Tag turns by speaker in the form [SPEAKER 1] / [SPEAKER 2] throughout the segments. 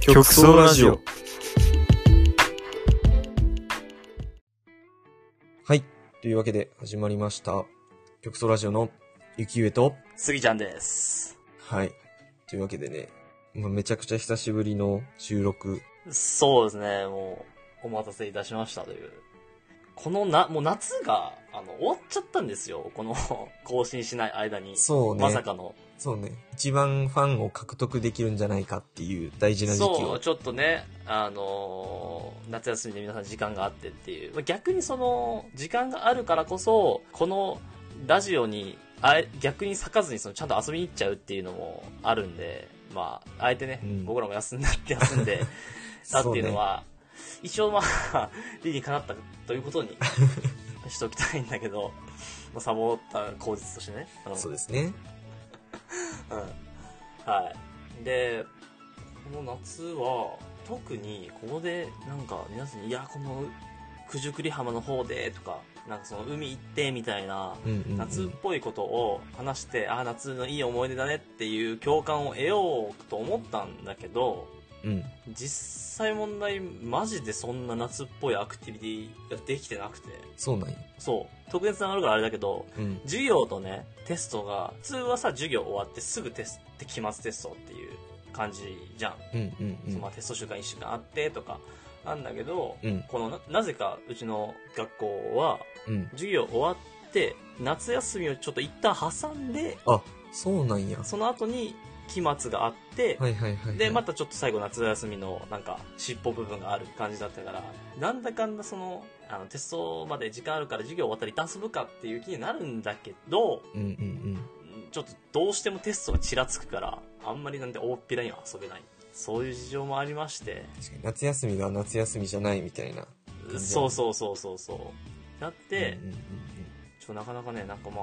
[SPEAKER 1] 極総ラジオ。
[SPEAKER 2] はい。というわけで始まりました。曲奏ラジオのゆきゆえと、
[SPEAKER 3] スギちゃんです。
[SPEAKER 2] はい。というわけでね、まあ、めちゃくちゃ久しぶりの収録。
[SPEAKER 3] そうですね、もう、お待たせいたしましたという。このな、もう夏が、あの、終わっちゃったんですよ。この、 更新しない間に。
[SPEAKER 2] そうね
[SPEAKER 3] まさかの。
[SPEAKER 2] そうね。一番ファンを獲得できるんじゃないかっていう大事な時期
[SPEAKER 3] そ
[SPEAKER 2] を
[SPEAKER 3] う、。ちょっとね、あのー夏休みで皆さん時間があってっていう。まあ逆にその、時間があるからこそ、このラジオに、あえ逆に咲かずにそのちゃんと遊びに行っちゃうっていうのもあるんで、まあ、あえてね、
[SPEAKER 2] うん
[SPEAKER 3] 僕らも休んだって休ん で、だっていうのは、一応まあ、 理にかなったとい うことにしておきたいんだけど、まあ、サボった口実としてね。
[SPEAKER 2] そ
[SPEAKER 3] うん
[SPEAKER 2] うね。そうですね。
[SPEAKER 3] うん。はい。で、この夏は、特にここで、なんか皆さんに、いや、この九十九里浜の方で、とか、なんかその海行って、みたいな、
[SPEAKER 2] うんうん、うん。
[SPEAKER 3] 夏っぽいことを話して、ああ、夏のいい思い出だねっていう共感を得ようと思ったんだけど、
[SPEAKER 2] うん。
[SPEAKER 3] 実際問題マジでそんな夏っぽいアクティビティができてなくて
[SPEAKER 2] そうなんや。
[SPEAKER 3] そう特別なのがあるからあれだけど
[SPEAKER 2] うん。
[SPEAKER 3] 授業とねテストが普通はさ授業終わってすぐテスト期末テストっていう感じじゃん、
[SPEAKER 2] うんうんう
[SPEAKER 3] その
[SPEAKER 2] ん
[SPEAKER 3] まあ。テスト週間1週間あってとかなんだけど、
[SPEAKER 2] うん
[SPEAKER 3] このななぜかうちの学校は
[SPEAKER 2] うん。
[SPEAKER 3] 授業終わって夏休みをちょっと一旦挟んで
[SPEAKER 2] あ、そうなんや。
[SPEAKER 3] その後に期末があって、
[SPEAKER 2] はいはいはい、はい。
[SPEAKER 3] でまたちょっと最後夏休みのなんか尻尾部分がある感じだったからなんだかんだそのあのテストまで時間あるから授業終わったり出すぶかっていう気になるんだけど
[SPEAKER 2] うんうん
[SPEAKER 3] ちょっとどうしてもテストがちらつくからあんまりなんで大っぴらには遊べないそういう事情もありまして
[SPEAKER 2] うん。確かに夏休みが夏休みじゃないみたいな。うん
[SPEAKER 3] そうそうそうそうそうなって
[SPEAKER 2] うんうん
[SPEAKER 3] ちょっとなかなかねなんかま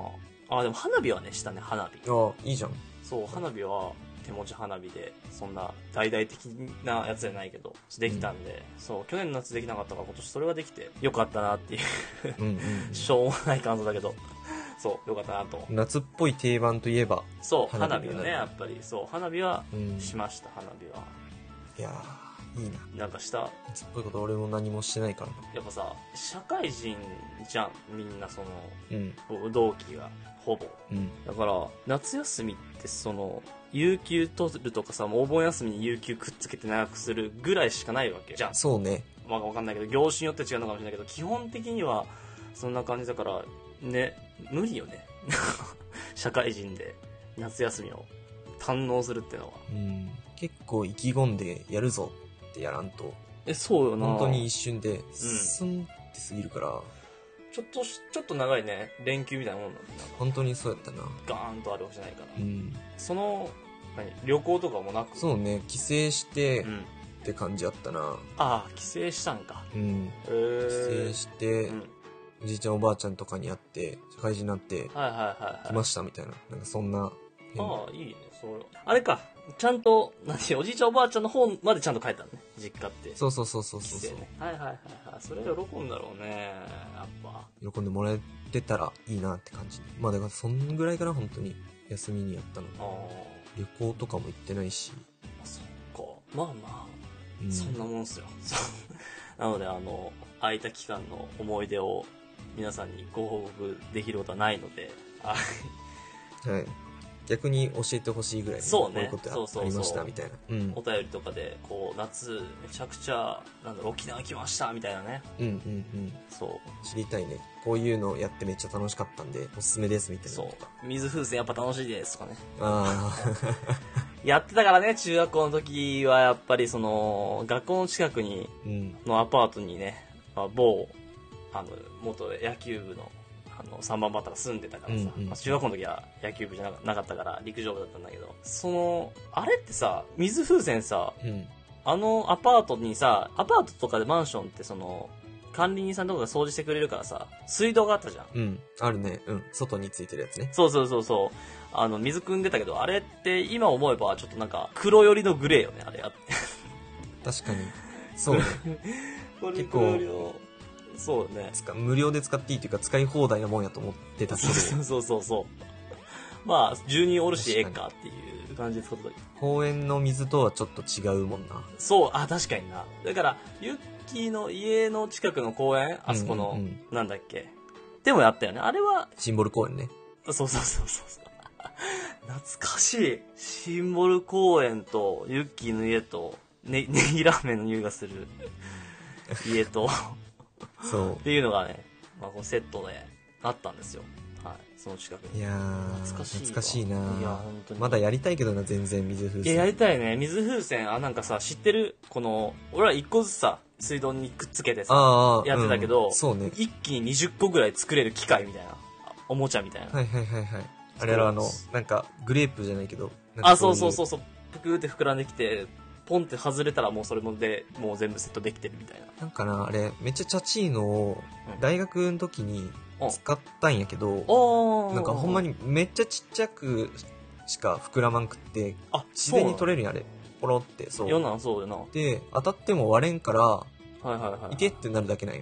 [SPEAKER 3] ああでも花火はねしたね花火
[SPEAKER 2] うん、あ、いい じゃん。
[SPEAKER 3] そう花火は手持ち花火でそんな大々的なやつじゃないけどできたんで、そう去年の夏できなかったから今年それができてよかったなっていう
[SPEAKER 2] うんうん、
[SPEAKER 3] しょうもない感想だけどそうよかったなと
[SPEAKER 2] うん。夏っぽい定番といえば。
[SPEAKER 3] そう
[SPEAKER 2] 花
[SPEAKER 3] 花
[SPEAKER 2] 火だ
[SPEAKER 3] 火
[SPEAKER 2] ね
[SPEAKER 3] はねやっぱりそう花火は
[SPEAKER 2] うん。
[SPEAKER 3] しました花火はい
[SPEAKER 2] やー、いいな。
[SPEAKER 3] なんかした
[SPEAKER 2] 夏っぽいこと俺も何もしてないからな。
[SPEAKER 3] やっぱさ社会人じゃんみんなそ
[SPEAKER 2] うん。
[SPEAKER 3] の同期がほぼ
[SPEAKER 2] うん。
[SPEAKER 3] だから夏休みってその有給取るとかさもうお盆休みに有給くっつけて長くするぐらいしかないわけじゃん
[SPEAKER 2] そうね。
[SPEAKER 3] まあ、わかんないけど業種によって違うのかもしれないけど基本的にはそんな感じだからね無理よね 社会人で夏休みを堪能するってのは
[SPEAKER 2] うん。結構意気込んでやるぞってやらんと、
[SPEAKER 3] えそうよな
[SPEAKER 2] 本当に一瞬で、スンって過ぎるから、
[SPEAKER 3] ちょっとしちょっと長いね連休みたいなもんなんだなんか
[SPEAKER 2] 本当にそうやったな。
[SPEAKER 3] ガーンとあるわけじゃないから、
[SPEAKER 2] うん。
[SPEAKER 3] その何旅行とかもなく
[SPEAKER 2] そうね、帰省して
[SPEAKER 3] うん
[SPEAKER 2] って感じやったな。
[SPEAKER 3] ああ帰省したんか
[SPEAKER 2] うん。
[SPEAKER 3] へ
[SPEAKER 2] 帰
[SPEAKER 3] え
[SPEAKER 2] 省して
[SPEAKER 3] う、ん、
[SPEAKER 2] おじいちゃんおばあちゃんとかに会って、社会人になって、
[SPEAKER 3] はいはいはいはい
[SPEAKER 2] 来ましたみたいな。なんかそんな変な。
[SPEAKER 3] ああ、いいね、それ。あれか、ちゃんと、何、おじいちゃんおばあちゃんの方までちゃんと帰ったのね、実家って。
[SPEAKER 2] そうそうそうそう
[SPEAKER 3] 帰
[SPEAKER 2] そう
[SPEAKER 3] 省
[SPEAKER 2] そう。
[SPEAKER 3] ね。はいはいはいはい。それは喜んだろうね、やっぱ。
[SPEAKER 2] 喜んでもらえてたらいいなって感じ。まあだからそんぐらいから本当に休みにやったの。
[SPEAKER 3] ああ、
[SPEAKER 2] 旅行とかも行ってないし、
[SPEAKER 3] そっか。まあま
[SPEAKER 2] う
[SPEAKER 3] あ、そんなもんっすよ。 そうなので、あの、空いた期間の思い出を皆さんにご報告できることはないので、あ
[SPEAKER 2] はい、逆に教えてほしいぐらいね
[SPEAKER 3] そうね
[SPEAKER 2] こういうことあ
[SPEAKER 3] そうそうそう
[SPEAKER 2] ありましたみたいなうん
[SPEAKER 3] お便りとかで、こう、夏、めちゃくちゃ、なんだろう、沖縄来ました、みたいなね。
[SPEAKER 2] うんうんうん
[SPEAKER 3] そう。
[SPEAKER 2] 知りたいねこういうのやってめっちゃ楽しかったんでおすすめですみたいなの
[SPEAKER 3] そ
[SPEAKER 2] とか
[SPEAKER 3] う。水風船やっぱ楽しいです、とかね。
[SPEAKER 2] あ あ
[SPEAKER 3] やってたからね、中学校の時はやっぱりその、学校の近くに、
[SPEAKER 2] うん
[SPEAKER 3] のアパートにね、まあ、某、あの、元野球部の、あの、3番バッターが住んでたからさ、
[SPEAKER 2] うんうん
[SPEAKER 3] まあ中学校の時は野球部じゃなかなかったから、陸上部だったんだけど、その、あれってさ、水風船さ、
[SPEAKER 2] うん
[SPEAKER 3] あのアパートにさ、アパートとかでマンションってその、管理人さんとかが掃除してくれるからさ、水道があったじゃん。
[SPEAKER 2] うんあるねうん外についてるやつね
[SPEAKER 3] そうそうそうそう。あの、水汲んでたけど、あれって今思えばちょっとなんか、黒寄りのグレーよね、あれやって。
[SPEAKER 2] 確かにそうね
[SPEAKER 3] これ
[SPEAKER 2] 結構
[SPEAKER 3] 黒よそうね
[SPEAKER 2] 使無料で使っていいというか使い放題なもんやと思ってたけ
[SPEAKER 3] そうそうそうそうまあ10人おるしええかっていう感じで使った時
[SPEAKER 2] 公園の水とはちょっと違うもんな。
[SPEAKER 3] そう、あ、確かにな。だから、ユッキーの家の近くの公園、あそこの、
[SPEAKER 2] うんうん
[SPEAKER 3] なんだっけ。でもやったよね。あれは、
[SPEAKER 2] シンボル公園ね。
[SPEAKER 3] そうそうそうそうそう。懐かしい。シンボル公園と、ユッキーの家と、ね、 ネギラーメンの匂いが する家と、
[SPEAKER 2] そ
[SPEAKER 3] っていうのがね、まあ、こうセットであったんですよ。はい。その近く
[SPEAKER 2] う。い
[SPEAKER 3] に。
[SPEAKER 2] やー、
[SPEAKER 3] 懐かしいわ
[SPEAKER 2] 懐かしいない
[SPEAKER 3] や本当に
[SPEAKER 2] まだやりたいけどな、全然水風
[SPEAKER 3] いや、やり
[SPEAKER 2] 船。
[SPEAKER 3] たいね。水風船、あ、なんかさ、知ってるこの、俺ら一個ずつさ、水道にくっつけてさ、
[SPEAKER 2] ああ、
[SPEAKER 3] やってたけど
[SPEAKER 2] うんそうね。
[SPEAKER 3] 一気に20個ぐらい作れる機械みたいな。あおもちゃみたいな。
[SPEAKER 2] はいはいはいはい。あれはあの
[SPEAKER 3] そうで、
[SPEAKER 2] なんか、グレープじゃないけど。なんか
[SPEAKER 3] あ、そうそうそ
[SPEAKER 2] い
[SPEAKER 3] う
[SPEAKER 2] う。
[SPEAKER 3] うそう。ぷくーって膨らんできて、ポンって外れたらもうそれもで、もう全部セットできてるみたいな。
[SPEAKER 2] なんかな、あれ、めっちゃチャチいのを
[SPEAKER 3] うん、
[SPEAKER 2] 大学の時に使ったんやけど、
[SPEAKER 3] おー。
[SPEAKER 2] なんかほんま。にめっちゃちっちゃくしか膨らまんくって、
[SPEAKER 3] あ、
[SPEAKER 2] 自然に取
[SPEAKER 3] れ
[SPEAKER 2] れるんや、あれ。ポロって、そ
[SPEAKER 3] 世
[SPEAKER 2] う。
[SPEAKER 3] なんそうよな。は
[SPEAKER 2] で、当たっても割れんから、
[SPEAKER 3] いはいはい。
[SPEAKER 2] いけってなるだけなんよ。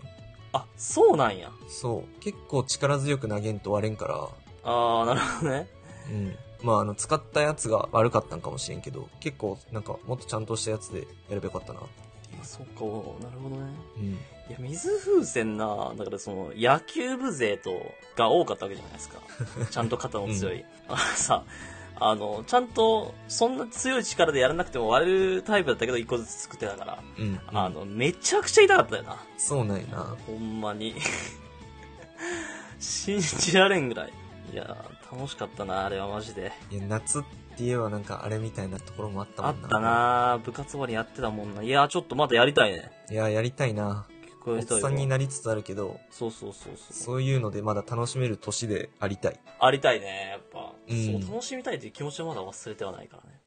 [SPEAKER 3] あ、そうなんや。
[SPEAKER 2] そう。結構力強く投げんと割れんから、
[SPEAKER 3] あー、なるほどね。
[SPEAKER 2] うん。まあ、あの、使ったやつが悪かったんかもしれんけど、結構、なんか、もっとちゃんとしたやつでやればよかったな。
[SPEAKER 3] あそうか、おーなるほどね。
[SPEAKER 2] うん。
[SPEAKER 3] いや、水風船な、だからその、野球部勢と、が多かったわけじゃないで すか。ちゃんと肩の強い。あのさ、あの、ちゃんと、そんな強い力でやらなくても割れるタイプだったけど、一個ずつ作ってたから。
[SPEAKER 2] うん。
[SPEAKER 3] あの、めちゃくちゃ痛かったよな。
[SPEAKER 2] そうなんやな。
[SPEAKER 3] ほん まに。信じられんぐらい。いやー、楽しかったな、あれはマジで。
[SPEAKER 2] いや、夏って言えばなんかあれみたいなところもあったも
[SPEAKER 3] あ
[SPEAKER 2] んな。
[SPEAKER 3] ったな部活終わりやってたもんな。いやー、ちょっとまだやりたいね。
[SPEAKER 2] いや、やりたいな。
[SPEAKER 3] 結構
[SPEAKER 2] お
[SPEAKER 3] や
[SPEAKER 2] っ
[SPEAKER 3] りたい
[SPEAKER 2] さんに
[SPEAKER 3] よ。
[SPEAKER 2] なりつつあるけど、
[SPEAKER 3] そうそうそうそう。
[SPEAKER 2] そういうのでまだ楽しめる年でありたい。
[SPEAKER 3] ありたいね、やっぱ。
[SPEAKER 2] うん
[SPEAKER 3] そう、楽しみたいという気持ちはまだ忘れてはないからね。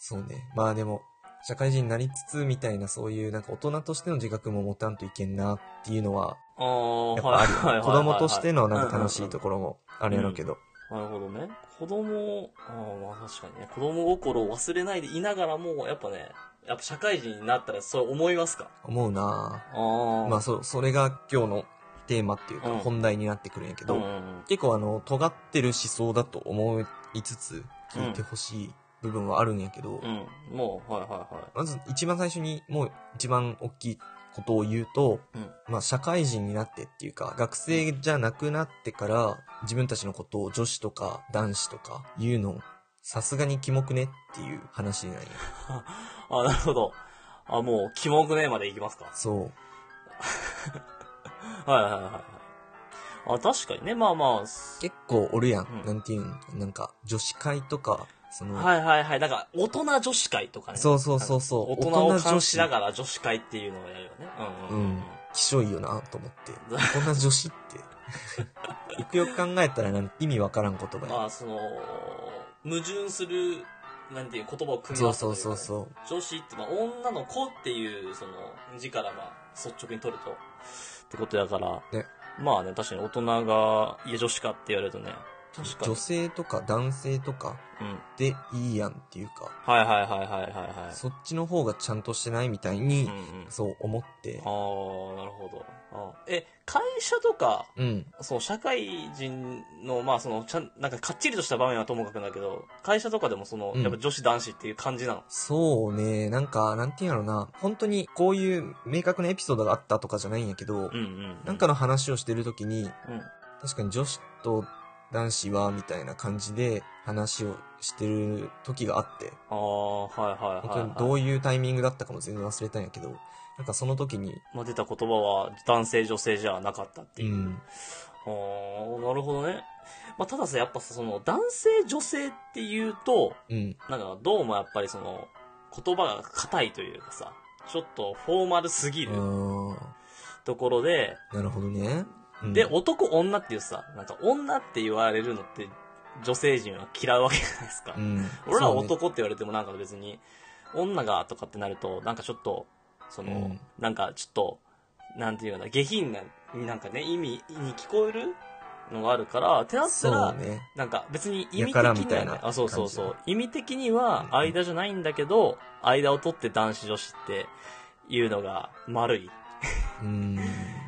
[SPEAKER 2] そうね。まあでも、社会人になりつつみたいなそういうなんか大人としての自覚も持たんといけんなっていうのは、
[SPEAKER 3] あー、
[SPEAKER 2] やっ
[SPEAKER 3] は
[SPEAKER 2] ぱ
[SPEAKER 3] い
[SPEAKER 2] あ
[SPEAKER 3] はいはいはい
[SPEAKER 2] る
[SPEAKER 3] は
[SPEAKER 2] よ。
[SPEAKER 3] い。
[SPEAKER 2] 子供としてのなんか楽し
[SPEAKER 3] うんうんう
[SPEAKER 2] い
[SPEAKER 3] ん
[SPEAKER 2] ところもあるやろうけど。
[SPEAKER 3] なるほどね。子供、あーまあ確かにね、子供心を忘れないでいながらも、やっぱね、やっぱ社会人になったらそう思いますか
[SPEAKER 2] 思うな
[SPEAKER 3] ああ。
[SPEAKER 2] まあそう、それが今日のテーマっていうか
[SPEAKER 3] うん
[SPEAKER 2] 本題になってくるんやけ
[SPEAKER 3] うん
[SPEAKER 2] ど、
[SPEAKER 3] うんうん、
[SPEAKER 2] 結構あの、尖ってる思想だと思いつつ聞いてほしい部分はあるんやけど、
[SPEAKER 3] うん。もう、はいはいはい。
[SPEAKER 2] まず一番最初にもう一番大きいことを言うと、
[SPEAKER 3] うん
[SPEAKER 2] まあ社会人になってっていうか、学生じゃなくなってから自分たちのことを女子とか男子とか言うの、さすがにキモくねっていう話になるよ。
[SPEAKER 3] あ、なるほど。あ、もう、キモくねまで行きますか。
[SPEAKER 2] そう。
[SPEAKER 3] はいはいはいはい。あ、確かにね、まあまあ、す
[SPEAKER 2] 結構おるやん。
[SPEAKER 3] うん
[SPEAKER 2] なんていうんなんか女子会とか、その、
[SPEAKER 3] はいはいはい。なんか、大人女子会とかね。
[SPEAKER 2] そうそうそうそう
[SPEAKER 3] 大人
[SPEAKER 2] 大
[SPEAKER 3] を
[SPEAKER 2] 人女
[SPEAKER 3] 監
[SPEAKER 2] 子
[SPEAKER 3] 視しながら女子会っていうのをやるよね。うんうんうん。
[SPEAKER 2] うんきしょいよなと思って。こんな女子って。よ くよく考えたらなんか意味わからん言葉やん。
[SPEAKER 3] まあ、その、矛盾する、なんていう言葉を組み合
[SPEAKER 2] そ
[SPEAKER 3] わ
[SPEAKER 2] う
[SPEAKER 3] せたと
[SPEAKER 2] そ
[SPEAKER 3] いうかね
[SPEAKER 2] そうそう。
[SPEAKER 3] 女子って、まあ、女の子っていう、その、字から、まあ、率直に取ると。ってことやから。
[SPEAKER 2] ね
[SPEAKER 3] まあね、確かに大人が、いや、女子かって言われるとね。確かに
[SPEAKER 2] 女。性とか男性とか
[SPEAKER 3] うん。
[SPEAKER 2] でいいやんっていうか、
[SPEAKER 3] はいはいはいはいはいはい。
[SPEAKER 2] そっちの方がちゃんとしてないみたいうに
[SPEAKER 3] ん、うん。
[SPEAKER 2] そう思って
[SPEAKER 3] あ、あ、なるほど。あーえ、会社とか、
[SPEAKER 2] うん、
[SPEAKER 3] そう、社会人の、まあ、その、ちゃん、なんか、かっちりとした場面はともかくだけど、会社とかでも、その、
[SPEAKER 2] うん
[SPEAKER 3] やっぱ女子男子っていう感じなの。
[SPEAKER 2] そうね、なんか、なんていうんやろな、本当にこういう明確なエピソードがあったとかじゃないんやけど、
[SPEAKER 3] うんうん。
[SPEAKER 2] なんか、の話をしてるときに、
[SPEAKER 3] うん。
[SPEAKER 2] 確かに女子と男子は、みたいな感じで話をしてる時があって、
[SPEAKER 3] ああ、はいはいはい、はい。
[SPEAKER 2] 本当にどういうタイミングだったかも全然忘れたんやけど、なんかその時に、
[SPEAKER 3] まあ、出た言葉は男性女性じゃなかったって
[SPEAKER 2] う
[SPEAKER 3] いう。
[SPEAKER 2] ん、
[SPEAKER 3] あーなるほどね。まあ、たださ、やっぱさ、その男性女性っていうと、
[SPEAKER 2] うん、
[SPEAKER 3] なんかどうもやっぱりその言葉が硬いというかさ、ちょっとフォーマルすぎ
[SPEAKER 2] あ
[SPEAKER 3] る
[SPEAKER 2] ー
[SPEAKER 3] ところで、
[SPEAKER 2] なるほどね。うん
[SPEAKER 3] で、男女っていうさ、なんか女って言われるのって女性陣は嫌うわけじゃないですか。
[SPEAKER 2] うん、
[SPEAKER 3] 俺ら
[SPEAKER 2] そうね
[SPEAKER 3] 男って言われてもなんか別に、女がとかってなると、なんかちょっと、その、
[SPEAKER 2] うん
[SPEAKER 3] なんかちょっと、なんていうかな、下品な、なんかね、意味に聞こえるのがあるから、ってなった
[SPEAKER 2] そう
[SPEAKER 3] ら、
[SPEAKER 2] ね。
[SPEAKER 3] なんか別に意味的に
[SPEAKER 2] やか
[SPEAKER 3] は、
[SPEAKER 2] ら
[SPEAKER 3] ね、
[SPEAKER 2] みたいな
[SPEAKER 3] あ、そうそうそ
[SPEAKER 2] 感
[SPEAKER 3] う。意味的には間じゃないんだけど、間を取って男子女子っていうのが丸い
[SPEAKER 2] うん。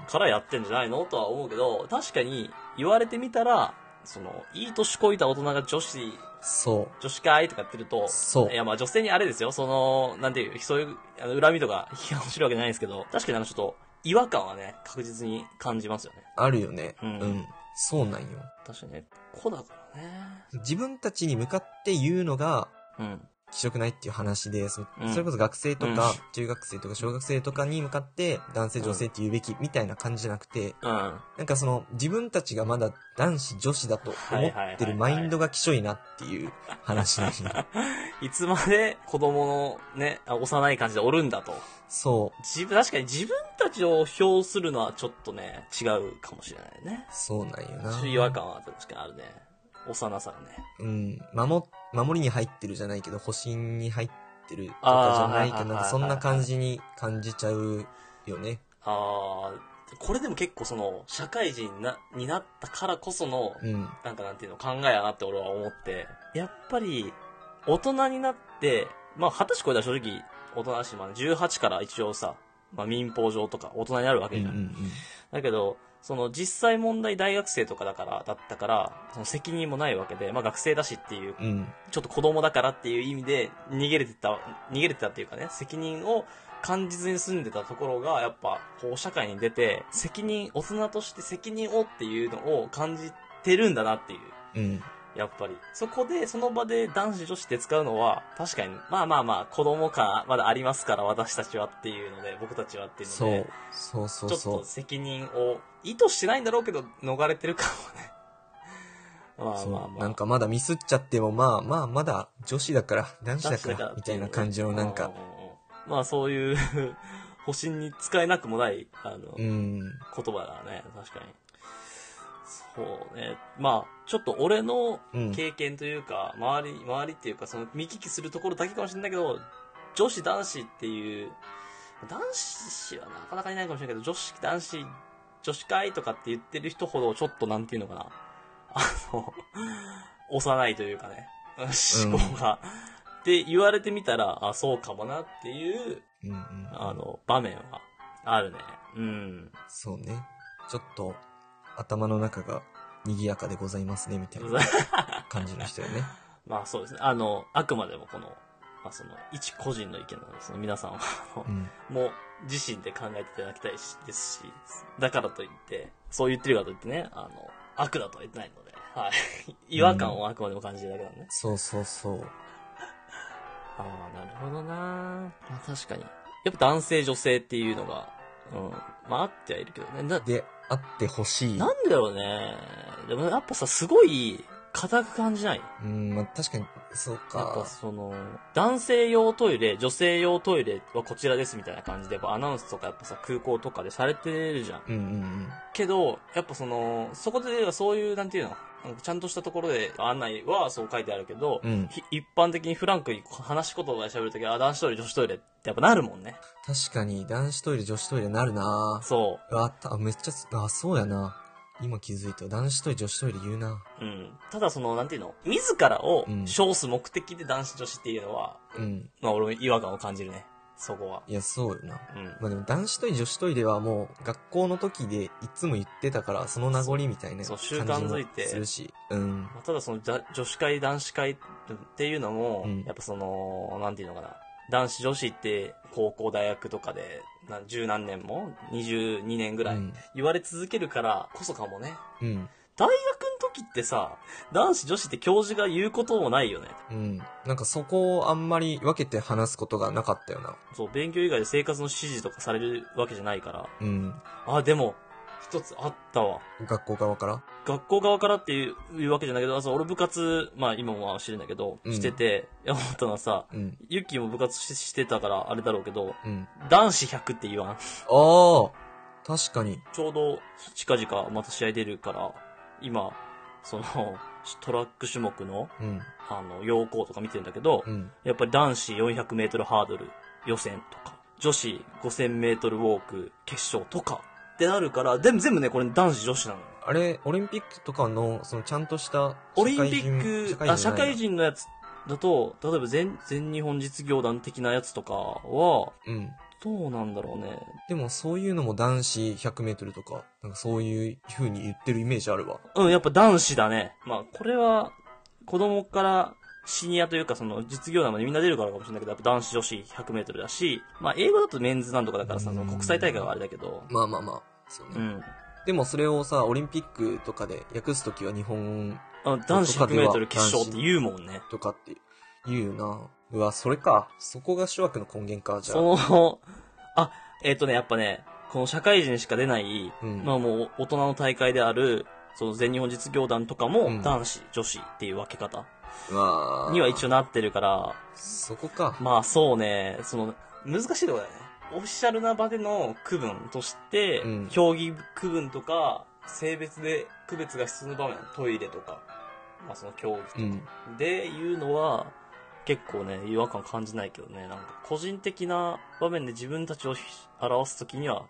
[SPEAKER 3] からやってんじゃないのとは思うけど、確かに言われてみたら、その、いい年こいた大人が女子、
[SPEAKER 2] そ
[SPEAKER 3] 女子会とかやってると
[SPEAKER 2] う。、そう
[SPEAKER 3] い。や、まあ女性にあれですよ、その、なんていう、そういう、あの恨みとか批判をしてるわけじゃないんですけど、確かになんかちょっと、違和感はね、確実に感じますよね。
[SPEAKER 2] あるよね。
[SPEAKER 3] う
[SPEAKER 2] うんん。そうなんよ。
[SPEAKER 3] 確かにね、子だからね。
[SPEAKER 2] 自分たちに向かって言うのが、
[SPEAKER 3] うん。
[SPEAKER 2] 気色ないっていう話で、そ,、
[SPEAKER 3] うん
[SPEAKER 2] れこそ学生と
[SPEAKER 3] うん
[SPEAKER 2] か、中学生とか小学生とかに向かって、男性
[SPEAKER 3] うん
[SPEAKER 2] 女性って言うべきみたいな感じじゃなくて、
[SPEAKER 3] うん。
[SPEAKER 2] なんかその、自分たちがまだ男子女子だと思ってるマインドが気色いなっていう話 なんよ
[SPEAKER 3] いつまで子供のね、あ幼い感じでおるんだと。
[SPEAKER 2] そう。
[SPEAKER 3] 自分、確かに自分たちを表するのはちょっとね、違うかもしれないね。
[SPEAKER 2] そうなんよ
[SPEAKER 3] ちょっと
[SPEAKER 2] な。
[SPEAKER 3] 違和感は確かにあるね。幼さがね。
[SPEAKER 2] うん。守、守りに入ってるじゃないけど、保身に入ってると
[SPEAKER 3] あ
[SPEAKER 2] か
[SPEAKER 3] ー
[SPEAKER 2] じゃないけど、なん
[SPEAKER 3] はいはいはいは
[SPEAKER 2] か
[SPEAKER 3] い
[SPEAKER 2] そんな感じに感じちゃうよね。
[SPEAKER 3] あーこれでも結構その、社会人になになったからこその、
[SPEAKER 2] うん。
[SPEAKER 3] なんかなんていうの、考えやなって俺は思って、やっぱり、大人になって、まあ、二十歳超えたら正直、大人だし、まあ、18から一応さ、まあ、民法上とか大人になるわ
[SPEAKER 2] う
[SPEAKER 3] け
[SPEAKER 2] んう
[SPEAKER 3] じ
[SPEAKER 2] ん
[SPEAKER 3] ゃん。だけど、その実際問題大学生とかだから、だったから、その責任もないわけで、まあ学生だしっていう、
[SPEAKER 2] うん。うん。
[SPEAKER 3] ちょっと子供だからっていう意味で逃げれてた、逃げれてたっていうかね、責任を感じずに住んでたところが、やっぱ、こう社会に出て、責任、大人として責任をっていうのを感じてるんだなっていう。
[SPEAKER 2] うん。
[SPEAKER 3] やっぱり。そこで、その場で男子女子って使うのは、確かに、まあまあまあ、子供感まだありますから、私たちはっていうので、僕たちはっていうので。
[SPEAKER 2] そう。そうそう
[SPEAKER 3] ちょっ
[SPEAKER 2] そ
[SPEAKER 3] と
[SPEAKER 2] う。
[SPEAKER 3] 責任を意図してないんだろうけど逃れてるかもね。まあ
[SPEAKER 2] そう
[SPEAKER 3] まあまあ。
[SPEAKER 2] なんかまだミスっちゃっても、まあまあまだ女子だ から、男子だから、みたいな感じのなん
[SPEAKER 3] う
[SPEAKER 2] か
[SPEAKER 3] う、うんうん。まあそういう、 保身に使えなくもない、あの、
[SPEAKER 2] う
[SPEAKER 3] 言
[SPEAKER 2] ん。
[SPEAKER 3] 葉だね、確かに。そうね。まあ、ちょっと俺の
[SPEAKER 2] うん。
[SPEAKER 3] 経験というか、周り、周りっていうか、その見聞きするところだけかもしれないけど、女子男子っていう、男子はなかなかいないかもしれないけど、女子男子、女子会とかって言ってる人ほど、ちょっとなんていうのかな、あの、 幼いというかね、思考が、って言われてみたら、あ、そうかもなっていう、
[SPEAKER 2] うんうん。
[SPEAKER 3] あの、場面はあるね。うん。
[SPEAKER 2] そうね。ちょっと、頭の中が賑やかでございますね、みたいな感じの人よね。
[SPEAKER 3] まあそうですね。あの、あくまでもこの、まあその、一個人の意見なので、その皆さんは、あの
[SPEAKER 2] うん。
[SPEAKER 3] もう自身で考えていただきたいし、ですし、だからといって、そう言ってるからといってね、あの、悪だとは言ってないので、はい。 違和感をあくまでも感じるだけなんでね。
[SPEAKER 2] そうそうそう。
[SPEAKER 3] ああ、なるほどなまあ確かに。やっぱ男性女性っていうのが、うん。まああってはいるけどね。な、
[SPEAKER 2] で、あってほしい。
[SPEAKER 3] なんでだろうね。でもやっぱさ、すごい、硬く感じない
[SPEAKER 2] うん、まあ、確かに、そう
[SPEAKER 3] やっぱ
[SPEAKER 2] か。
[SPEAKER 3] その、男性用トイレ、女性用トイレはこちらですみたいな感じで、やっぱアナウンスとかやっぱさ、空港とかでされてるじゃん。
[SPEAKER 2] うんうんうん。
[SPEAKER 3] けど、やっぱその、そこではそういう、なんていうのなんかちゃんとしたところで案内はそう書いてあるけど、
[SPEAKER 2] うん。
[SPEAKER 3] ひ一般的にフランクに話し言葉で喋るときは、あ男子トイレ、女子トイレってやっぱなるもんね。
[SPEAKER 2] 確かに、男子トイレ、女子トイレなるな
[SPEAKER 3] そう
[SPEAKER 2] わあった、めっちゃ、あ、そうやな。今気づいた。男子トイレ、女子トイレ言うな。
[SPEAKER 3] う。うん。ただその、なんていうの自らを
[SPEAKER 2] うん
[SPEAKER 3] 称す目的で男子女子っていうのは、
[SPEAKER 2] うん。
[SPEAKER 3] まあ俺も違和感を感じるね。そこは。
[SPEAKER 2] いや、そうよな。
[SPEAKER 3] うん。
[SPEAKER 2] まあでも男子トイレ、女子トイレはもう学校の時でいつも言ってたから、その名残みたいな
[SPEAKER 3] そう
[SPEAKER 2] 感
[SPEAKER 3] そ
[SPEAKER 2] じ
[SPEAKER 3] う
[SPEAKER 2] も
[SPEAKER 3] 習慣づいて
[SPEAKER 2] するし。うん。
[SPEAKER 3] まあ、ただそのだ女子会男子会っていうのも、
[SPEAKER 2] うん
[SPEAKER 3] やっぱそのなんていうのかな男子女子って高校大学とかでな十何年も22年ぐらい
[SPEAKER 2] うん
[SPEAKER 3] 言われ続けるからこそかもね
[SPEAKER 2] うん。
[SPEAKER 3] 大学の時ってさ男子女子って教授が言うこともないよね
[SPEAKER 2] うん。なんかそこをあんまり分けて話すことがなかったよな。
[SPEAKER 3] そう勉強以外で生活の指示とかされるわけじゃないから
[SPEAKER 2] うん。
[SPEAKER 3] あでも一つあったわ
[SPEAKER 2] 学校側から。
[SPEAKER 3] 学校側からっていういうわけじゃないけどあそう俺部活まあ今も知るんだけど
[SPEAKER 2] うん
[SPEAKER 3] してて、山本がさ
[SPEAKER 2] うん。
[SPEAKER 3] ユッキーも部活ししてたからあれだろうけど、
[SPEAKER 2] うん。
[SPEAKER 3] 男子100って言わん。
[SPEAKER 2] ああ確かに。
[SPEAKER 3] ちょうど近々また試合出るから、今、その、トラック種目の、
[SPEAKER 2] うん。
[SPEAKER 3] あの、要項とか見てるんだけど、
[SPEAKER 2] うん。
[SPEAKER 3] やっぱり男子400メートルハードル予選とか、女子5000メートルウォーク決勝とか、ってなるから、でも全部ね、これ男子女子なのよ。
[SPEAKER 2] あれ、オリンピックとかの、そのちゃんとした
[SPEAKER 3] オリンピック、あ、社会
[SPEAKER 2] 人
[SPEAKER 3] 人のやつだと、例えば全、全日本実業団的なやつとかは、
[SPEAKER 2] じゃないな。
[SPEAKER 3] どうなんだろうね。
[SPEAKER 2] でもそういうのも男子100メートルとか、なんかそういう風に言ってるイメージあるわ。
[SPEAKER 3] うん、やっぱ男子だね。まあ、これは、子供からシニアというか、その実業団までみんな出るからかもしれないけど、やっぱ男子女子100メートルだし、まあ、英語だとメンズなんとかだからさ、
[SPEAKER 2] うん
[SPEAKER 3] その国際大会はあれだけど、
[SPEAKER 2] まあまあまあ、そうね。
[SPEAKER 3] うん。
[SPEAKER 2] でもそれをさ、オリンピックとかで訳すときは日本
[SPEAKER 3] あ男子100メートル決勝って
[SPEAKER 2] 男子
[SPEAKER 3] 言うもんね。
[SPEAKER 2] とかって言うよな。うわ、それか。そこが諸悪の根源か、じゃあ。
[SPEAKER 3] その、あ、えっ、とね、やっぱね、この社会人しか出ない、
[SPEAKER 2] うん。
[SPEAKER 3] まあもう大人の大会である、その全日本実業団とかも
[SPEAKER 2] うん
[SPEAKER 3] 男子、女子っていう分け方
[SPEAKER 2] まあ、
[SPEAKER 3] には一応なってるから、
[SPEAKER 2] そこか。
[SPEAKER 3] まあそうね、その、難しいところだよね。オフィシャルな場での区分として、
[SPEAKER 2] うん
[SPEAKER 3] 競技区分とか、性別で区別が必要な場面、トイレとか、まあその競技とか
[SPEAKER 2] うん。
[SPEAKER 3] でいうのは、結構ね、違和感感じないけどね、なんか個人的な場面で自分たちを表すときには、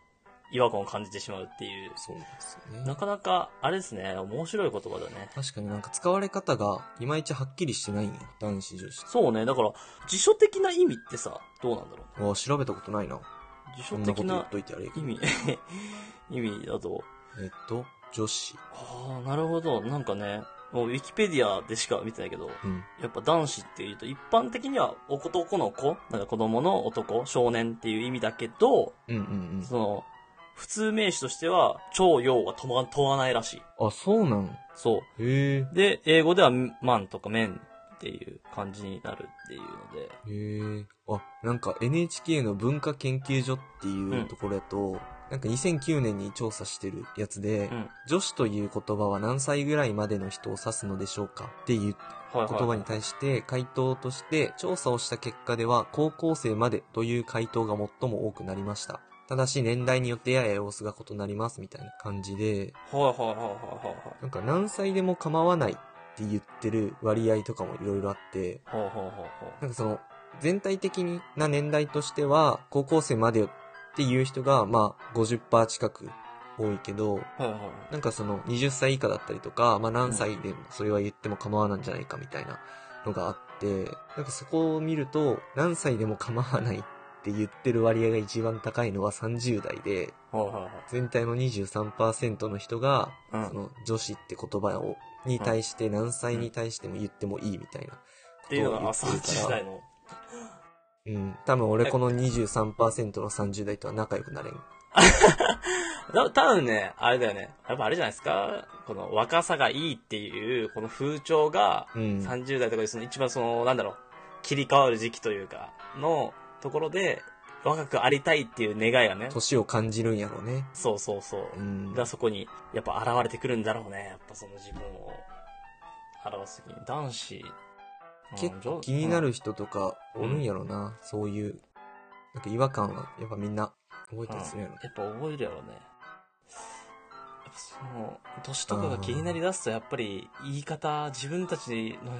[SPEAKER 3] 違和感を感じてしまうっていう、
[SPEAKER 2] そうなんですよ
[SPEAKER 3] な
[SPEAKER 2] ね。
[SPEAKER 3] かなか、あれですね、面白い言葉だね。
[SPEAKER 2] 確かになんか使われ方がいまいちはっきりしてないんや。男子女子。
[SPEAKER 3] そうね、だから、辞書的な意味ってさ、どうなんだろう。
[SPEAKER 2] うわ、調べたことないな。
[SPEAKER 3] 辞
[SPEAKER 2] そ
[SPEAKER 3] 書
[SPEAKER 2] んなこ
[SPEAKER 3] 的
[SPEAKER 2] と言っ
[SPEAKER 3] な
[SPEAKER 2] といてあれやけ
[SPEAKER 3] 意
[SPEAKER 2] ど。
[SPEAKER 3] 味、意味 だと、
[SPEAKER 2] えっと、女子。
[SPEAKER 3] ああ、なるほど、なんかね、もうウィキペディアでしか見てないけど、
[SPEAKER 2] うん。
[SPEAKER 3] やっぱ男子っていうと、一般的には男の子、なんか子供の男、少年っていう意味だけど、
[SPEAKER 2] うんうん
[SPEAKER 3] その、普通名詞としては、超用は問わ問わないらしい。
[SPEAKER 2] うん。あ、そうなん。
[SPEAKER 3] そ
[SPEAKER 2] へえ。
[SPEAKER 3] う。で、英語では、マンとかメンっていう感じになるっていうの
[SPEAKER 2] へ
[SPEAKER 3] で、
[SPEAKER 2] え。あ、なんか NHK の文化研究所っていうところやと、なんか2009年に調査してるやつで、
[SPEAKER 3] うん
[SPEAKER 2] 女子という言葉は何歳ぐらいまでの人を指すのでしょうかっていう
[SPEAKER 3] はい
[SPEAKER 2] 言葉
[SPEAKER 3] はい。
[SPEAKER 2] に対して回答として調査をした結果では高校生までという回答が最も多くなりました。ただし年代によってやや様子が異なりますみたいな感じで、
[SPEAKER 3] はいはいはいはいはいはい。
[SPEAKER 2] なんか何歳でも構わないって言ってる割合とかもいろいろあって、
[SPEAKER 3] ほうほうほうほう。
[SPEAKER 2] なんかその全体的な年代としては高校生までよっていう人がまあ50%近く多いけど、
[SPEAKER 3] はいはいはい。
[SPEAKER 2] なんかその20歳以下だったりとか、まあ何歳でもそれは言っても構わないんじゃないかみたいなのがあって、なんかそこを見ると何歳でも構わないって言ってる割合が一番高いのは30代で、
[SPEAKER 3] はいはいはい。
[SPEAKER 2] 全体の23%の人が、
[SPEAKER 3] うん
[SPEAKER 2] その女子って言葉を、に対して何歳に対しても言ってもいいみたいな。
[SPEAKER 3] っていうのが朝時代の。
[SPEAKER 2] うん。多分俺この23%の30代とは仲良くなれん。
[SPEAKER 3] だ多分ね、あれだよね。やっぱあれじゃないですか。この若さがいいっていう、この風潮が、
[SPEAKER 2] うん。
[SPEAKER 3] 30代とかでその一番その、なんだろう、切り替わる時期というか、のところで、若くありたいっていう願いがね、
[SPEAKER 2] 年を感じるんやろうね。
[SPEAKER 3] そうそうそう。
[SPEAKER 2] うん。
[SPEAKER 3] がそこに、やっぱ現れてくるんだろうね。やっぱその自分を表すときに。男子、
[SPEAKER 2] 結
[SPEAKER 3] うん
[SPEAKER 2] 構気になる人とかおるんやろな、そういう、なんか違和感はやっぱみんな覚えたりするやろ
[SPEAKER 3] うん。やっぱ覚えるやろうね。やっぱその、年とかが気になりだすと、やっぱり言い方、自分たちの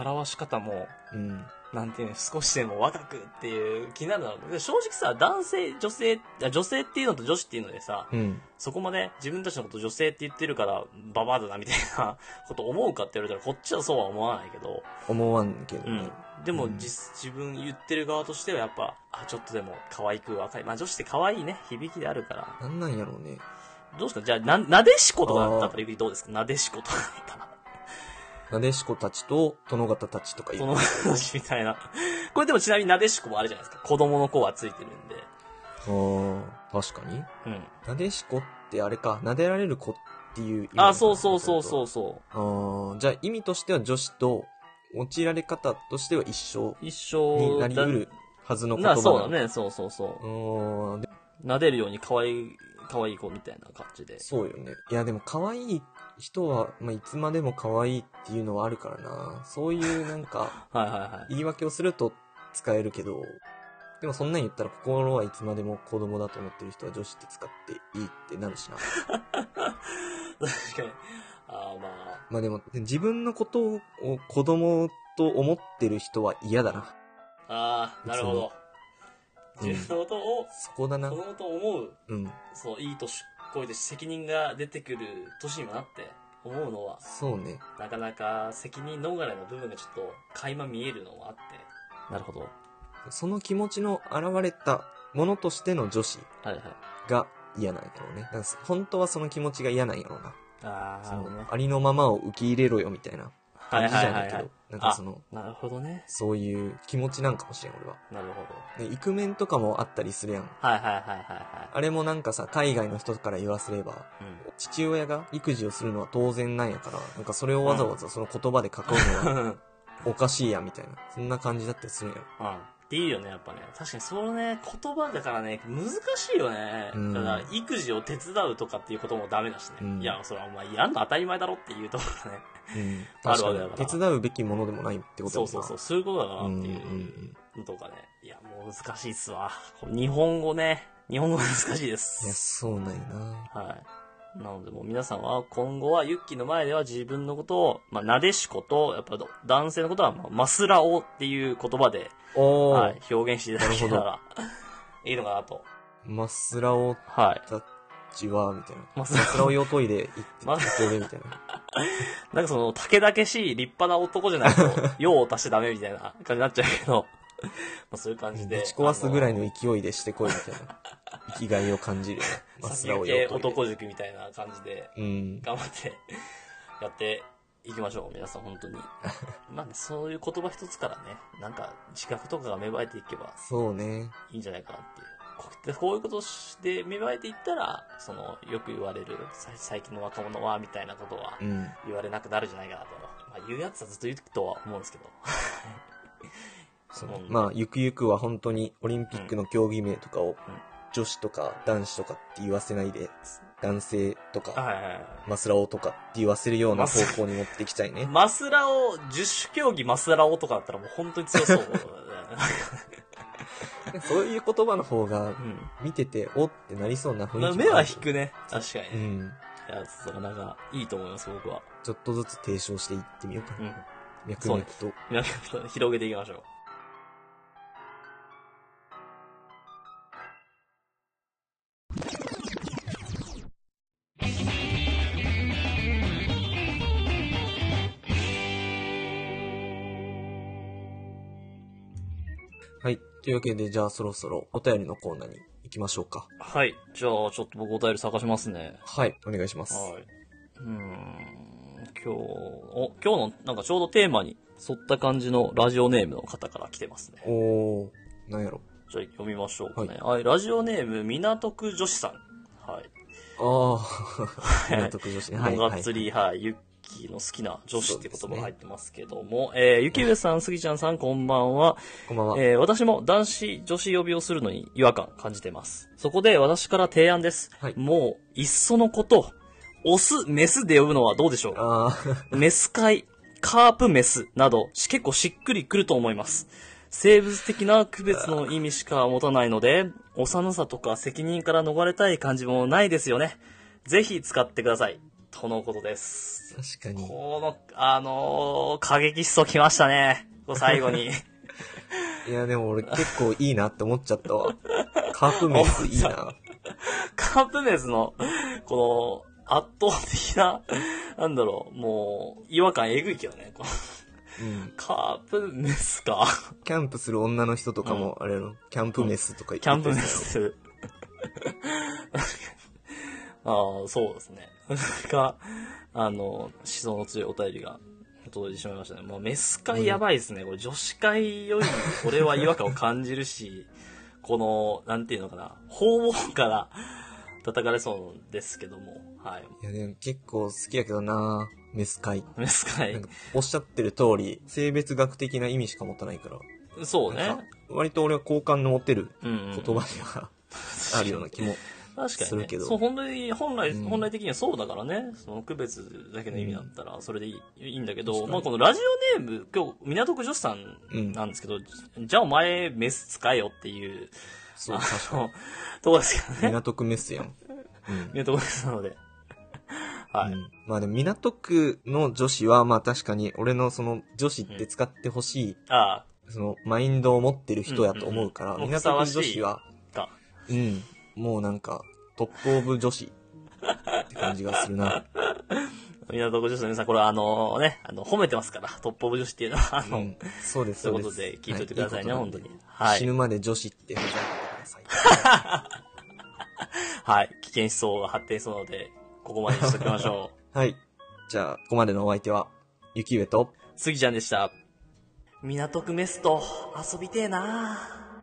[SPEAKER 3] 表し方も、
[SPEAKER 2] うん。
[SPEAKER 3] なんていうの、少しでも若くっていう気になるだろうね。で正直さ、男性、女性、あ女性っていうのと女子っていうのでさ、
[SPEAKER 2] うん。
[SPEAKER 3] そこまで自分たちのこと女性って言ってるから、ババアだなみたいな こと思うかって言われたら、こっちはそうは思わないけど、
[SPEAKER 2] 思わんけど
[SPEAKER 3] う
[SPEAKER 2] ね
[SPEAKER 3] ん。。でも、
[SPEAKER 2] うん
[SPEAKER 3] 実自分言ってる側としてはやっぱ、あ、ちょっとでも可愛く若い。まあ女子って可愛いね、響きであるから。
[SPEAKER 2] なんなんやろうね。
[SPEAKER 3] どうですかじゃあ、な、なでしことかだったら、どうですかなでしことかだったら。
[SPEAKER 2] なでしこたちと殿方たちとかい
[SPEAKER 3] そ
[SPEAKER 2] る
[SPEAKER 3] の。話 みたいな。これでもちなみになでしこもあるじゃないですか。子供の子はついてるんで。
[SPEAKER 2] ああ、確かに。
[SPEAKER 3] うん。
[SPEAKER 2] なでしこってあれか、なでられる子っていう。
[SPEAKER 3] あ、そうそうそうそううそ
[SPEAKER 2] あーじゃあ意味としては女子と、用いられ方としては一緒
[SPEAKER 3] う。一
[SPEAKER 2] に
[SPEAKER 3] 生
[SPEAKER 2] なり
[SPEAKER 3] だ
[SPEAKER 2] うるはずの言葉
[SPEAKER 3] な、
[SPEAKER 2] だ
[SPEAKER 3] そうだ。ね、そうそうそう
[SPEAKER 2] う。ーん、
[SPEAKER 3] 撫でるように可愛い、可愛い子みたいな感じで。
[SPEAKER 2] そうよね。いや、でも可愛い人は、まあ、いつまでも可愛いっていうのはあるからな。そういうなんか、
[SPEAKER 3] はいはいはい。
[SPEAKER 2] 言い訳をすると使えるけど、でもそんなん言ったら心はいつまでも子供だと思ってる人は女子って使っていいってなるしな。
[SPEAKER 3] 確かに。あーま
[SPEAKER 2] まあでも、自分のことを子供と思ってる人は嫌だな。
[SPEAKER 3] あ、ああ、なるほど。
[SPEAKER 2] うん
[SPEAKER 3] 自分のことを、
[SPEAKER 2] そこだな
[SPEAKER 3] 子。供と思う、
[SPEAKER 2] うん。
[SPEAKER 3] そう、いい年こいて責任が出てくる年にもなって思うのは、
[SPEAKER 2] そうね。
[SPEAKER 3] なかなか責任逃れの部分がちょっと垣間見えるのもあって。なるほど。
[SPEAKER 2] その気持ちの現れたものとしての女子
[SPEAKER 3] はいはい。
[SPEAKER 2] が嫌なんやろうね。だから本当はその気持ちが嫌なんやろうな。
[SPEAKER 3] あー、
[SPEAKER 2] そ
[SPEAKER 3] なるほどね
[SPEAKER 2] の、。ありのままを受け入れろよみたいな
[SPEAKER 3] は
[SPEAKER 2] 感
[SPEAKER 3] い
[SPEAKER 2] じじゃ
[SPEAKER 3] はいは
[SPEAKER 2] ない
[SPEAKER 3] い
[SPEAKER 2] け
[SPEAKER 3] は
[SPEAKER 2] ど
[SPEAKER 3] い。、
[SPEAKER 2] なんかその、
[SPEAKER 3] なるほどね。
[SPEAKER 2] そういう気持ちなんかもしれん、俺は。
[SPEAKER 3] なるほど。
[SPEAKER 2] で、イクメンとかもあったりするやん。
[SPEAKER 3] はいはいはいはいは
[SPEAKER 2] あれもなんかさ、海外の人から言わせれば、
[SPEAKER 3] い。うん。
[SPEAKER 2] 父親が育児をするのは当然なんやから、なんかそれをわざわざその言葉で囲う のは
[SPEAKER 3] うん。
[SPEAKER 2] おかしいや、みたいな。そんな感じだったりするんやろ。
[SPEAKER 3] っていうよね、やっぱね。確かにそのね、言葉だからね、難しいよね。
[SPEAKER 2] うん
[SPEAKER 3] だから、育児を手伝うとかっていうこともダメだしね。
[SPEAKER 2] うん
[SPEAKER 3] いや、それはお前やるの当たり前だろっていうところがね。
[SPEAKER 2] うん。
[SPEAKER 3] あ
[SPEAKER 2] 確
[SPEAKER 3] る
[SPEAKER 2] か
[SPEAKER 3] わけだから
[SPEAKER 2] に。手伝うべきものでもないってこと
[SPEAKER 3] そ
[SPEAKER 2] やもん
[SPEAKER 3] う
[SPEAKER 2] な
[SPEAKER 3] そうそう、そういうことだなっ
[SPEAKER 2] う
[SPEAKER 3] てい
[SPEAKER 2] んうん
[SPEAKER 3] うのとかね。いや、もう難しいっすわ。日本語ね。日本語難しいで
[SPEAKER 2] いや、
[SPEAKER 3] す。
[SPEAKER 2] そうなんやな。
[SPEAKER 3] はい。なので、もう皆さんは今後はユッキーの前では自分のことを、まあ、なでしこと、やっぱど男性のことは、まあ、マスラオっていう言葉で、
[SPEAKER 2] おー、
[SPEAKER 3] はい、表現していただけたら、いいのかなと。
[SPEAKER 2] マッスラオ
[SPEAKER 3] はい。
[SPEAKER 2] タッチは、みたいな。
[SPEAKER 3] マス
[SPEAKER 2] マッス
[SPEAKER 3] ラ
[SPEAKER 2] ラ
[SPEAKER 3] オ
[SPEAKER 2] オ用トイレ行って、
[SPEAKER 3] ま
[SPEAKER 2] 行って俺みたいな。
[SPEAKER 3] なんかその、竹々しい立派な男じゃない と、用を足しちゃダメみたいな感じになっちゃうけど、まあそういう感じで。
[SPEAKER 2] ぶち壊すぐらい
[SPEAKER 3] あ
[SPEAKER 2] の勢いでしてこい、みたいな。生きがいを感じるよね。
[SPEAKER 3] の、
[SPEAKER 2] マッス
[SPEAKER 3] 先
[SPEAKER 2] ラ
[SPEAKER 3] 行
[SPEAKER 2] オ
[SPEAKER 3] け
[SPEAKER 2] 用トイ
[SPEAKER 3] 男塾みたいな感じで、
[SPEAKER 2] レ。うん。
[SPEAKER 3] 頑張って、やっていきましょう、皆さ ん、本当に。まあね、そういう言葉一つからね、なんか、自覚とかが芽生えていけば
[SPEAKER 2] そうね。
[SPEAKER 3] いいんじゃないかなっていう。こうこういうことで芽生えていったら、その、よく言われる、さ最近の若者は、みたいなことは、
[SPEAKER 2] うん。
[SPEAKER 3] 言われなくなるんじゃないかなと。まあ、言うやつはずっと言うとは思うんですけど。
[SPEAKER 2] その
[SPEAKER 3] うん
[SPEAKER 2] まあ、ゆくゆくは本当にオリンピックの競技名とかを、女子とか男子とかって言わせないで、男性とか、
[SPEAKER 3] はいはいはい。
[SPEAKER 2] マスラオとかって言わせるような方向に持ってきたい ね。
[SPEAKER 3] マスラオ、十種競技マスラオとかだったらもう本当に強そうだよね。
[SPEAKER 2] そういう言葉の方が
[SPEAKER 3] う、ん
[SPEAKER 2] 見てて、おってなりそうな雰囲気も
[SPEAKER 3] ま
[SPEAKER 2] あ
[SPEAKER 3] あ。
[SPEAKER 2] る
[SPEAKER 3] 目は引くね。確か
[SPEAKER 2] う
[SPEAKER 3] にね。
[SPEAKER 2] ん。
[SPEAKER 3] いや、そうなんか、いいと思います、僕は。
[SPEAKER 2] ちょっとずつ提唱していってみようか
[SPEAKER 3] う
[SPEAKER 2] な。
[SPEAKER 3] ん。
[SPEAKER 2] 脈々と。
[SPEAKER 3] 皆さん広げていきましょう。
[SPEAKER 2] はい。というわけで、じゃあそろそろお便りのコーナーに行きましょうか。
[SPEAKER 3] はい。じゃあ、ちょっと僕お便り探しますね。
[SPEAKER 2] はい。お願いします。
[SPEAKER 3] はい。うーん。今日、お、今日の、なんかちょうどテーマに沿った感じのラジオネームの方から来てますね。
[SPEAKER 2] おー、なんやろ。
[SPEAKER 3] じゃあ読みましょうかね。はい、ラジオネーム、港区女子さん。はい。
[SPEAKER 2] あー、 港区女子ね。はい。
[SPEAKER 3] のがっつ
[SPEAKER 2] はい
[SPEAKER 3] り、はい、ユッキーの好きな女子って言葉が入ってますけども、えー、ゆきうえさん、すぎちゃんさん、こんばんは。
[SPEAKER 2] こんばんは。
[SPEAKER 3] えー私も男子、女子呼びをするのに違和感感じてます。そこで私から提案です。
[SPEAKER 2] はい
[SPEAKER 3] もう、いっそのこと、オス、メスで呼ぶのはどうでしょ
[SPEAKER 2] あー。
[SPEAKER 3] うメス会、カープメスなど、し結構しっくりくると思います。生物的な区別の意味しか持たないので、幼さとか責任から逃れたい感じもないですよね。ぜひ使ってください。とのことです。
[SPEAKER 2] 確かに。
[SPEAKER 3] この、あのー、過激思想きましたね。こう最後に。
[SPEAKER 2] いや、でも俺結構いいなって思っちゃった わ。カープメイスいいな。
[SPEAKER 3] カープメスの、この、圧倒的な、なんだろう、もう、違和感えぐいけどね。この
[SPEAKER 2] うん。
[SPEAKER 3] カープメスか。
[SPEAKER 2] キャンプする女の人とかも、あれやろ、キャンプメスとか言って
[SPEAKER 3] キャンプメ。ス。ああ、そうですね。が、あの、思想の強いお便りが届いてしまいましたね。もうメス会やばいですね。これ女子会より、これは違和感を感じるし、この、なんていうのかな、方々から叩かれそうですけども、はい。
[SPEAKER 2] いや、でも結構好きやけどなメス会。
[SPEAKER 3] メス
[SPEAKER 2] な
[SPEAKER 3] 会
[SPEAKER 2] んか、おっしゃってる通り、性別学的な意味しか持たないから。
[SPEAKER 3] そう
[SPEAKER 2] な
[SPEAKER 3] ね
[SPEAKER 2] ん。か割と俺は好感の持てる
[SPEAKER 3] うんう
[SPEAKER 2] 言
[SPEAKER 3] ん、
[SPEAKER 2] 葉には、あるような気 も。
[SPEAKER 3] 確か
[SPEAKER 2] す
[SPEAKER 3] に、
[SPEAKER 2] る
[SPEAKER 3] ね
[SPEAKER 2] けど
[SPEAKER 3] そう本来本来、
[SPEAKER 2] うん
[SPEAKER 3] 本来的にはそうだからねその区別だけの意味だったらそれでいい,、ん、いいんだけ
[SPEAKER 2] 確
[SPEAKER 3] ど、
[SPEAKER 2] かに
[SPEAKER 3] まあ、このラジオネーム今日港区女子さんなんですけど、じゃあお前メス使えよっていう
[SPEAKER 2] そう、確か
[SPEAKER 3] のとこですけど
[SPEAKER 2] に。
[SPEAKER 3] ね
[SPEAKER 2] 港区メス やん。うん。
[SPEAKER 3] 港区女子 なのではい、
[SPEAKER 2] うんまあでも港区の女子は、まあ確かに、俺のその女子って使ってほしい、
[SPEAKER 3] あ
[SPEAKER 2] その、マインドを持ってる人やと思うから、
[SPEAKER 3] うんうんうん
[SPEAKER 2] 港区女子は、
[SPEAKER 3] あか
[SPEAKER 2] うん、もうなんか、トップオブ女子って感じがするな。
[SPEAKER 3] 港区女子の皆さんこれはあのねあの褒めてますからトップオブ女子って いうのはあ
[SPEAKER 2] う
[SPEAKER 3] の、
[SPEAKER 2] ん、そうです、
[SPEAKER 3] そう
[SPEAKER 2] そで
[SPEAKER 3] いうう
[SPEAKER 2] す。
[SPEAKER 3] ことで聞いといてくださいね、
[SPEAKER 2] は
[SPEAKER 3] 本当にはい
[SPEAKER 2] 死ぬまで女子って呼ばれてください さい。は
[SPEAKER 3] はい。危険思想が発展しそうなので、ここまでにしときま しょう。
[SPEAKER 2] い。じゃあ、ここまでのお相手は、ゆきうえと、
[SPEAKER 3] スギちゃんでした。港区メスと遊びてえな